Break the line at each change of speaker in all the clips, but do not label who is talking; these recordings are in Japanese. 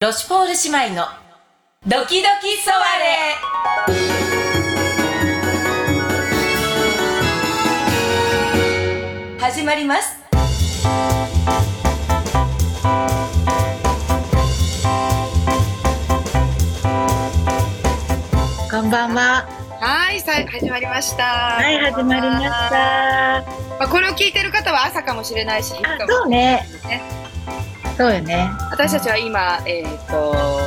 ロシュポール姉妹のドキドキソワレ始まります
こんばんは。
はい、さい始まりました。
は、
はい
始まりました。
まあ、これを聞いてる方は朝かもしれないし、昼
あ
か、もし
そうね。
れないね。
そうよね。
私たちは今、えっ、と。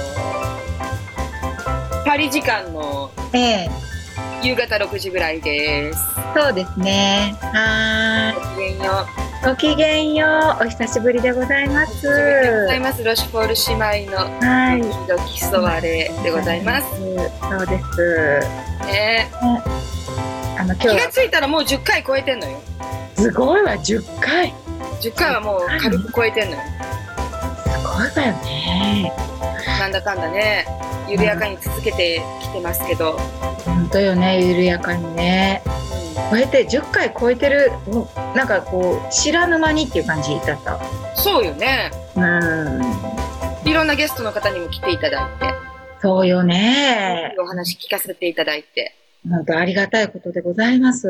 パリ時間の
ええ、
夕方6時ぐらいです。
そうですね。は
ごきげんよ
ーい。ごきげんよう。お久しぶりでございま
う。
す。
おめでとうござ
は
います。ロシュポール姉妹の。
い。
ドキドキソワレでございます。
そうです。
ね、
あの今日
気が
は
ついたらもう10回超えてんのよ。
すごいわ。10回。す
10回はもう軽く超えてんのよ。
ごいわよね。
なんだかんだね、緩やかに続けてきてますけど。
本当よね。緩やかにね。
うん
超えて10回超えてる。もうなんかこう知らぬ間にっていう感じだった。
そうよね。
うん。
いろんなゲストの方にも来ていただいて、
そうよね。
お話聞かせていただいて、
本当ありがたいことでございます。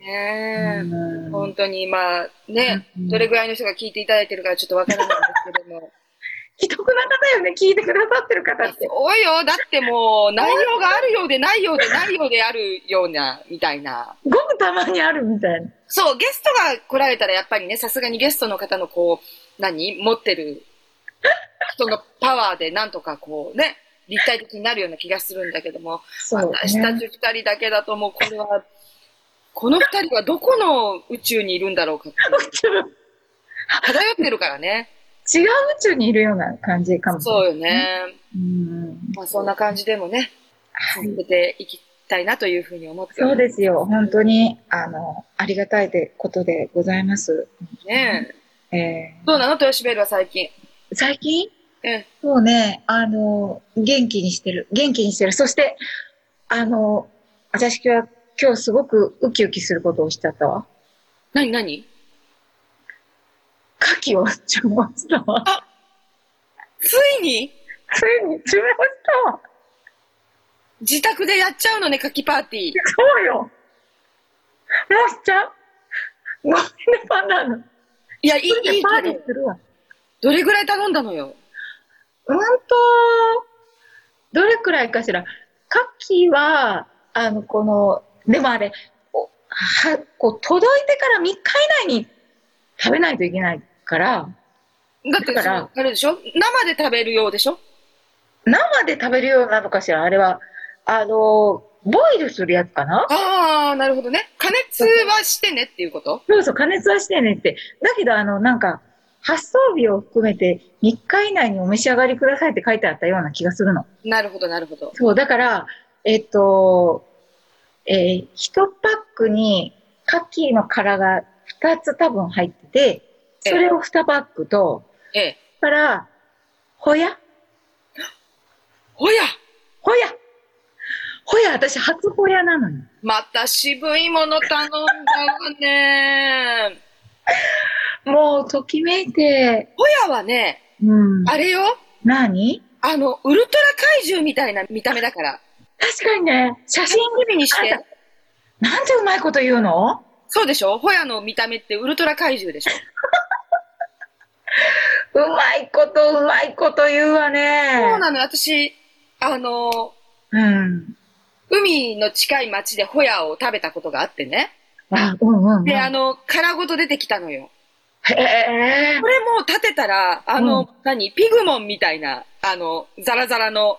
ねえ
うん
本当にまあね、どれぐらいの人が聞いていただいてるかちょっとわからないんですけども、
ひどくな方よね、聞いてくださってる方って。
おいよ、だってもう内容があるようでないようでないようであるような、みたいな。
ごくたまにあるみたいな。
そう、ゲストが来られたらやっぱりね、さすがにゲストの方のこう、何持ってる人のパワーでなんとかこうね、立体的になるような気がするんだけども、
そう、
私た ち二人だけだともうこれは、この二人はどこの宇宙にいるんだろうかっていう漂ってるからね。
違う宇宙にいるような感じかもしれない。
そうよね。
うん
まあそんな感じでもね、続けていきたいなというふうに思って
そう
す
ですよ。本当に、あの、ありがたいでことでございます。
ね。
え
どうなの豊島ベルは最近。
ー最近
うん。
そうね、あの、元気にしてる。元気にしてる。そして、あの、私は今日すごくウキウキすることをしちゃったわ。
何何
牡蠣を注文したわ。
ついに
ついに注文したわ。
自宅でやっちゃうのね、柿パーティー。
そうよ。もうしちゃうごめんね、パンダの。
いや、いい、いい
パーティ
けど、
ーするわ。
どれぐらい頼んだのよ。
うんと、どれくらいかしら。牡蠣は、あの、この、でもあれ、おはこう届いてから3日以内に食べないといけないから、
だって、
だ
そ
から
のあれでしょ生で食べるようでしょ
生で食べるようなのかしら、あれは。あの、ボイルするやつかな
ああ、なるほどね。加熱はしてねっていうこと
そうそう、加熱はしてねって。だけど、あの、なんか、発送日を含めて3日以内にお召し上がりくださいって書いてあったような気がするの。
なるほど、なるほど。
そう、だから、えっと、えー、1パックに牡蠣の殻が2つ多分入ってて、それを2パックと、
ええ。
それから、ほや
ほや
ほやほや、私初ほやなのに。
また渋いもの頼んだわね。
もう、ときめいて、
ほやはね、
うん。
あれよ、
何
あの、ウルトラ怪獣みたいな見た目だから。
確かにね、写真
写、真指にし
あん
て
た。なんてうまいこと言うの
そうでしょホヤの見た目ってウルトラ怪獣でしょ
うまいこと、うまいこと言うわね。
そうなの、私、あの、
うん。
海の近い町でホヤを食べたことがあってね。
あ、うんうん、うん。
で、あの、殻ごと出てきたのよ。
へ
これもう立てたら、あの、
うん
何ピグモンみたいな、あの、ザラザラ の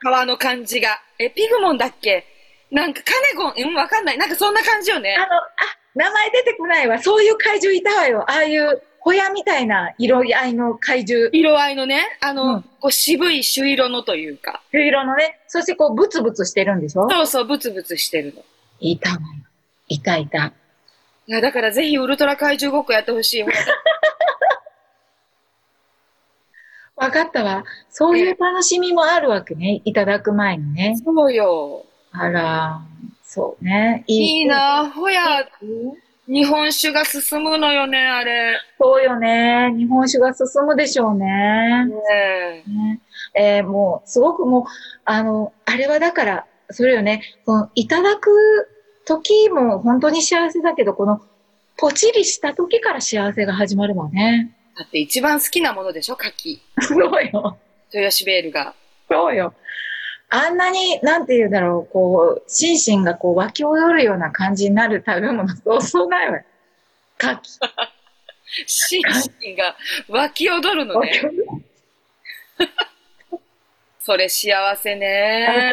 皮の感じが。え、ピグモンだっけなんかカネゴン、うん、わかんない。なんかそんな感じよ
え。あ
ね。
の、あ、名前出てこないわ。そういう怪獣いたわよ。ああいう、ホヤみたいな色合いの怪獣。
色合いのね、あ
う
の、
ん
こう渋い朱色のというか。
黄色のね。そしてこう、ブツブツしてるんでしょ
そうそう、ブツブツしてるの。
いたわよ。いたいた。
いや、だからぜひウルトラ怪獣ごっこやってほしい。ほら
わかったわ。そういう楽しみもあるわけね。いただく前にね。
そうよ。
あら、そうね。
いい。なほや、日本酒が進むのよね、あれ。
そうよね。日本酒が進むでしょうね。
ねえ
ねえーもう、すごくもう、あの、あれはだから、それよね、この、いただく時も本当に幸せだけど、この、ポチリした時から幸せが始まるもんね。
だって一番好きなものでしょ、柿。
そうよ。
豊シベールが。
そうよ。あんなに、なんて言うんだろう、こう、心身がこう、湧き踊るような感じになる食べ物、そうそうないわ。かき。
心身が湧き踊るの
湧
ね
き。踊る
それ幸せね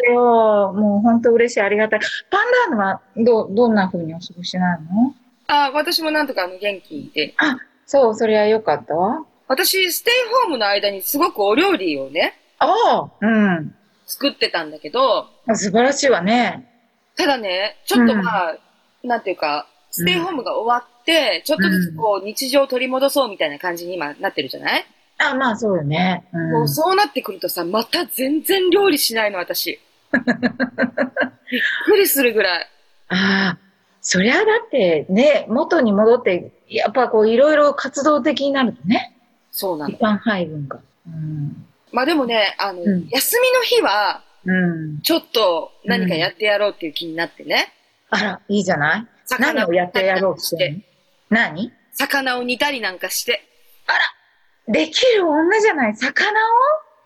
あ。れをもう本当嬉しい、ありがたい。パンダーヌはどう、どんな風にお過ごしなの
あ、私もなんとかあの元気で。
そう、そりゃよかったわ。
私、ステイホームの間にすごくお料理をね、
ああ、うん。
作ってたんだけど、
素晴らしいわね。
ただね、ちょっとまあ、なんていうか、ステイホームが終わって、ちょっとずつこう、日常を取り戻そうみたいな感じに今なってるじゃない、
あまあそうよね。
も
う、
うんそうなってくるとさ、また全然料理しないの、 私。びっくりするぐらい。
ああ、そりゃだってね、元に戻って、やっぱこういろいろ活動的になるとね、
そうなの
一。般配分が。うん。
まあでもね、あの、
うん
休みの日は、
うん。
ちょっと何かやってやろうっていう気になってね。
あら、いいじゃない何をやってやろうっていうの。何
魚を煮たりなんかして。
できる女じゃない魚を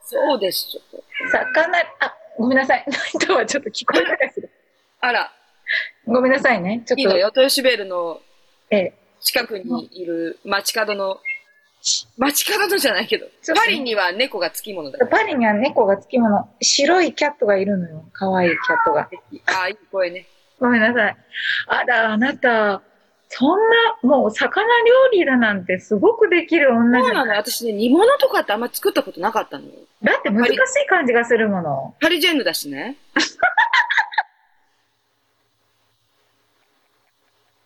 そうでしょ。
魚、あ、ごめんなさい。 ナイトはちょっと聞こえなかったです。
あら、
ごめんなさいね。ちょっと、
いいのよ。豊シベールの
ええ
近くにいる街角の、街角のじゃないけど
ちょっと、ね
パリには猫がつきものだから。
パリには猫がつきもの、白いキャットがいるのよ。可愛いキャットが。
ああ、いい声ね。
ごめんなさい。あら、あなた、そんな、もう魚料理だなんてすごくできる女
そ
じ
う
ゃ
なの
ない。
よ。私ね、煮物とかってあんま作ったことなかったのよ。
だって難しい感じがするもの。
パリジェンヌだし ね。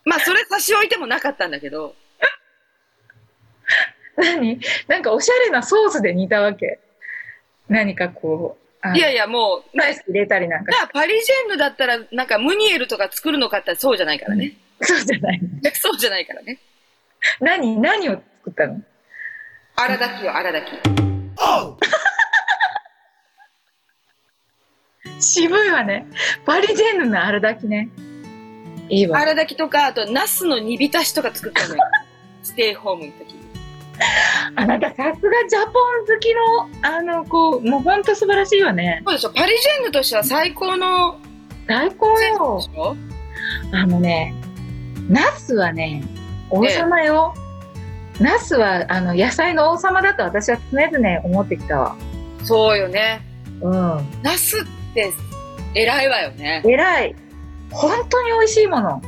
まあ、それ差し置いてもなかったんだけど、
何なんかおしゃれなソースで煮たわけ。何かこう、あの
いやいや、もう、
ライス入れたりなんか
じ。ゃあパリジェンヌだったら、なんかムニエルとか作るのかって言ったらそうじゃないからね。
そうじゃないの。
そうじゃないからね。
何、何を作ったの
荒炊きよ、荒炊き。
渋いわね。パリジェンヌのあれだけね。いいわ。
荒炊きとか、あと、ナスの煮浸しとか 作ったのよ。ステイホームの時に。
あなたさすがジャポン好きの、あの、こう、もうほんと素晴らしいよね。
そうでしょ、パリジェンヌとしては最高の
最高
センス
よ。
でしょ
あのね、ナスはね、王様よ。ナスは、あの、野菜の王様だと私は常々思ってきたわ。
そうよね。
うん。
ナスって偉いわよね。
偉い。本当に美味しいもの。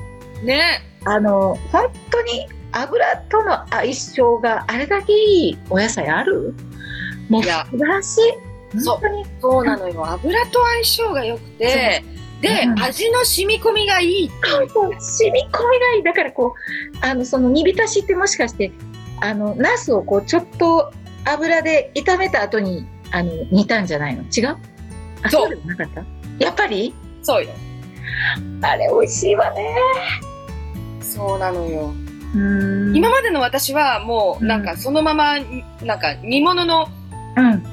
ね。
あの、本当に油との相性があれだけいいお野菜あるもう
い
素
や
晴らしい。
そう
本当に
そうなのよ。油と相性が良くて、で、
うん
味の染み込みがいい。
もう染み込みがいいだからこうあのその煮浸しってもしかしてあのナスをこうちょっと油で炒めた後にあの煮たんじゃないの違うあ
そ
そ
う
うでもなかったやっぱり
そうよ。
あれ美味しいわね
そうなのよ。
うん
今までの私はもうなんかそのままになんか煮物の
うん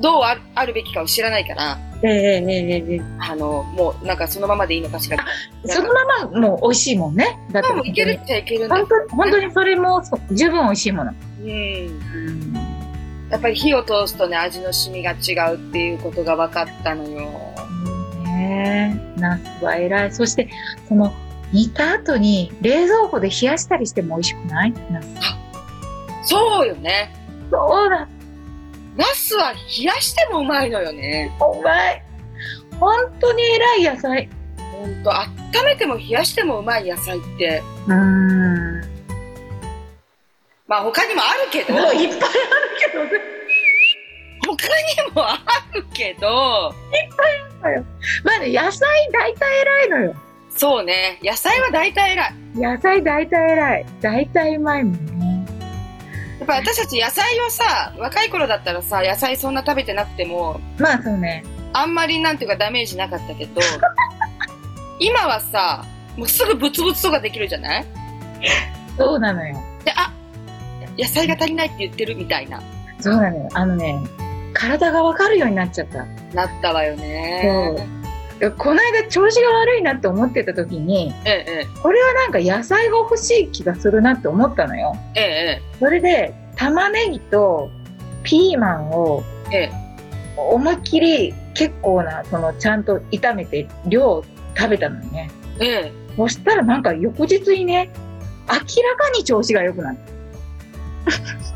どうあるあるべきかを知らないから
えええええええ
あのもうなんかそのままでいいのかしらみたい
え
な
そのままもう美味しいもんねだって
なまあもういけるっちゃいけるんだ
本当に本当にそれもそう十分美味しいもの
うん
うん
やっぱり火を通すとね味の染みが違うっていうことが分かったのよ
ねえナスは偉いそしてその煮た後に冷蔵庫で冷やしたりしても美味しくないナス
そうよね
そうだ
ナスは冷やしてもうまいのよね
お前本当に偉い野菜
ほんと温めても冷やしてもうまい野菜って
うーん
まあ他にもあるけど
もう
他に
いっぱいあるけど
もあるけど
まあね野菜大体偉いのよ
そうね野菜は大体偉い
野菜大体偉い大体うまいもんね
やっぱ私たち野菜をさ若い頃だったらさ野菜そんな食べてなくても
まあそうね
あんまりなんていうかダメージなかったけど今はさもうすぐブツブツとかできるじゃない
そうなのよ
であ野菜が足りないって言ってるみたいな
そうなのよあのね体が分かるようになっちゃった。
なったわよね。
この間調子が悪いなって思ってた時に、
ええ、
これはなんか野菜が欲しい気がするなって思ったのよ。
ええ、
それで、玉ねぎとピーマンを
ええ、
思いっきり結構な、そのちゃんと炒めて量を食べたのよね。
ええ、え
そしたらなんか翌日にね、明らかに調子が良くなった。
え。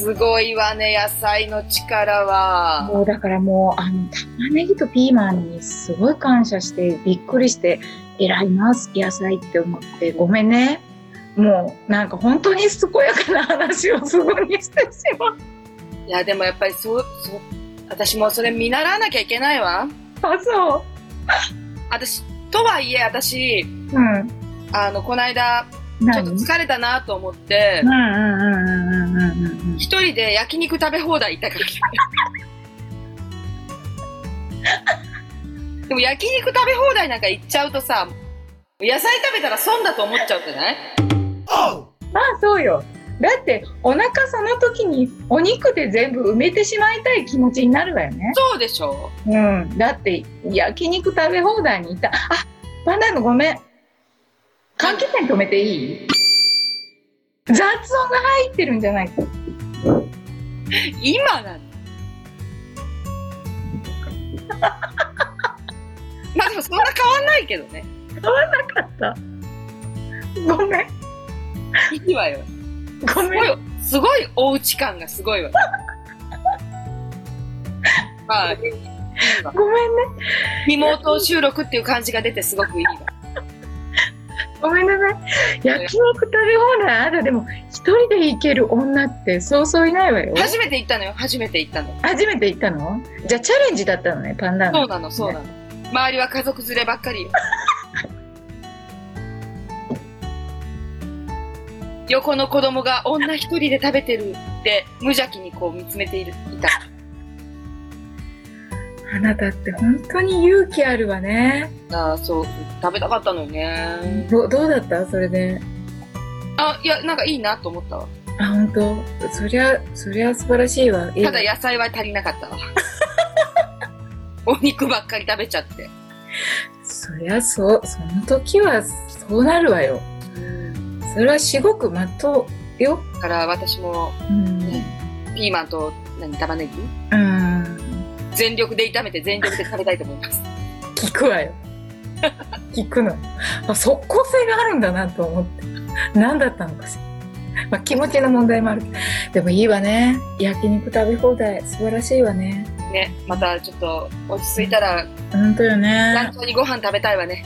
すごいわね、野菜の力は。
もうだからもう、あの、玉ねぎとピーマンにすごい感謝して、びっくりして、偉いな、野菜って思って、ごめんね。もう、なんか本当に健やかな話をすごいにしてしまっ
いや、でもやっぱりそう、そう、私もそれ見習わなきゃいけないわ。
た。そ
私、とはいえ、私、
う。うん。
あの、この間、ちょっ
何
と
うん
疲れたなと思って
う、んうんうんうんうんうんうん。
一人で焼肉食べ放題行ったから。 でも焼肉食べ放題なんか行っちゃうとさ、野菜食べたら損だと思っちゃうじゃない
まあそうよ。だってお腹その時にお肉で全部埋めてしまいたい気持ちになるわよね。
そうでしょ
うん。だって焼肉食べ放題にいた。あ、バナナごめん。換気扇止めていい雑音が入ってるんじゃないか。
今なの。 まあでもそんな変わんないけどね。
なかった。ごめん。
いいわよ。
ご
す
め
ご
ん。
い、すごいおうち感がすごいわ。まあ、いいわ
ごめんね。
リモート収録っていう感じが出てすごくいいわ。
ごめんなさい。焼肉食べ放題ある。でも一人で行ける女ってそうそういないわよ。
初めて行ったのよ、初めて行ったの。
初めて行ったのじゃあチャレンジだったのね、パンダー
そう
ナ。
なの、そうなの。周りは家族連ればっ かり。横の子供が女一人で食べてるって無邪気にこう見つめているいた。
あなたって本当に勇気あるわね。
ああ、そう、食べたかったのよね。
どどうだったそれで。
あ、いや、なんかいいなと思ったわ。
あ、本当。そりゃ、そりゃ素晴らしいわ。いい
ただ野菜は足りなかった わ。お肉ばっかり食べちゃって。
そりゃそう、その時はそうなるわよ。それは至極まっとうよ。
だから私も
うん。
ピーマンと何玉ねぎ
うん。
全力で炒めて全力で食べたいと思います。
聞くわよ。聞くの。あ、即効性があるんだなと思って。何だったのかしら。まあ、気持ちの問題もあるけど。でもいいわね。焼肉食べ放題、素晴らしいわね。
ね、またちょっと落ち着いたら、
本当よね。
団長にご飯食べたいわね。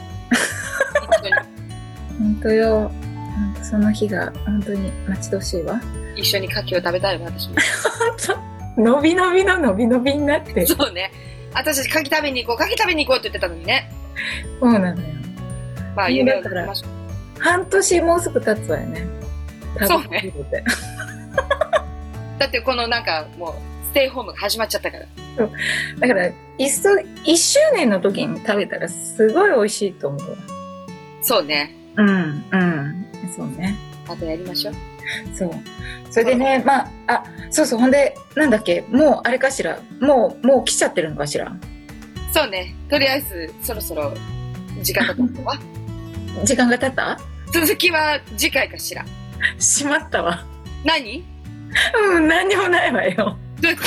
本当よ。本当その日が本当に待ち遠しいわ。
一緒に、一緒に牡蠣を食べたいわ、私も。
伸び伸びの伸び伸びになって。そ
そうね。私たち牡蠣食べに行こう、牡蠣食べに行こうって言ってたのにね。
うなのよ。
まあ、
いいね
夢を食べましょう。
半年もうすぐ経つわよね。
そうね
食べて。
だってこのなんかもう、ステイホームが始まっちゃったから。
だから、いっそ、1周年の時に食べたらすごい美味しいと思うわ。
そうね。
うん、うん。そうね。
またやりましょう。
そう。それでね、まあ、あ、そうそう。ほんで、なんだっけ、もうあれかしら。もう、もう来ちゃってるのかしら。
そうね。とりあえず、そろそろ、時間だと思うわ。
時間が経った
続きは次回かしら。
しまったわ。
何
うん、何にもないわよ。
どういうこ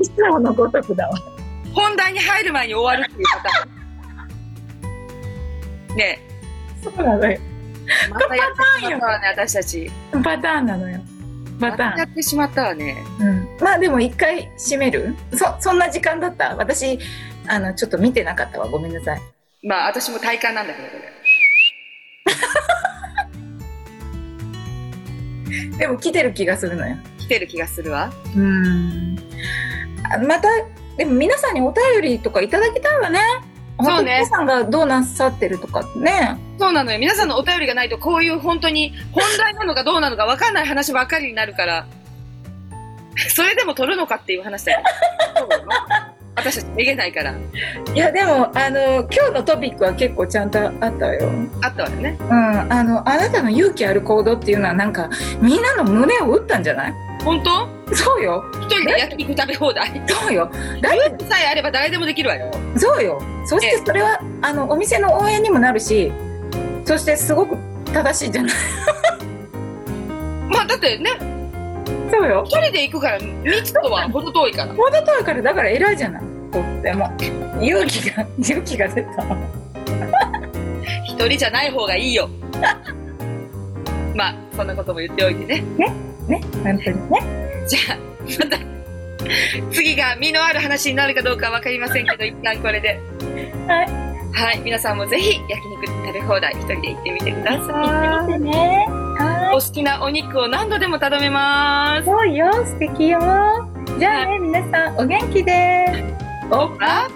いつものごとくだわ。
と本題に入る前に終わるっていう方。ね
そうなのよ。
え、またやって
パター
しま
ンよ
ったわね、私たち。
パターンなのよ。パタ
またや
ーン。
ってしまったわね。
うん、まあでも一回閉めるそ、そんな時間だった私、あの、ちょっと見てなかったわ。ごめんなさい。
まあ、私も体感なんだけど、これ。
でも来てる気がするのよ。
来てる気がするわ。
うん。あまた、でも皆さんにお便りとかいただきたいわね。
そうね
本当に皆さんがどうなさってるとかね。
そうなのよ。皆さんのお便りがないと、こういう本当に本題なのかどうなのか分かんない話ばっかりになるから、それでも取るのかっていう話だよ。そうなの私たちめげないから、
いや、でも、あの、今日のトピックは結構ちゃんとあったわよ。
あったわよね
う。ん。あの、あなたの勇気ある行動っていうのはなんか、みんなの胸を打ったんじゃない
本当
そうよ。
一人で焼肉食べ放題。
そうよ。だっ
ルールさえあれば誰でもできるわよ。
て、そうよ。そしてそれは、あの、お店の応援にもなるし、そしてすごく正しいじゃない。
まあだってね、
そうよ。
一人で行くから、密とは程遠いから。
ほど遠いから、だから偉いじゃない。とっても。勇気が、勇気が出た。
一人じゃない方がいいよ。 まあ、そんなことも言っておいてね。
ね、本当にね。
じゃあ、また、次が身のある話になるかどうかわかりませんけど、一旦これで。。
はい
はい、皆さんもぜひ焼肉食べ放題、一人で行ってみてください。
てね。は
お好きなお肉を何度でも頼めます
い。。そうよ、素敵よ。じゃあね、皆さん、お元気で。
おっぱ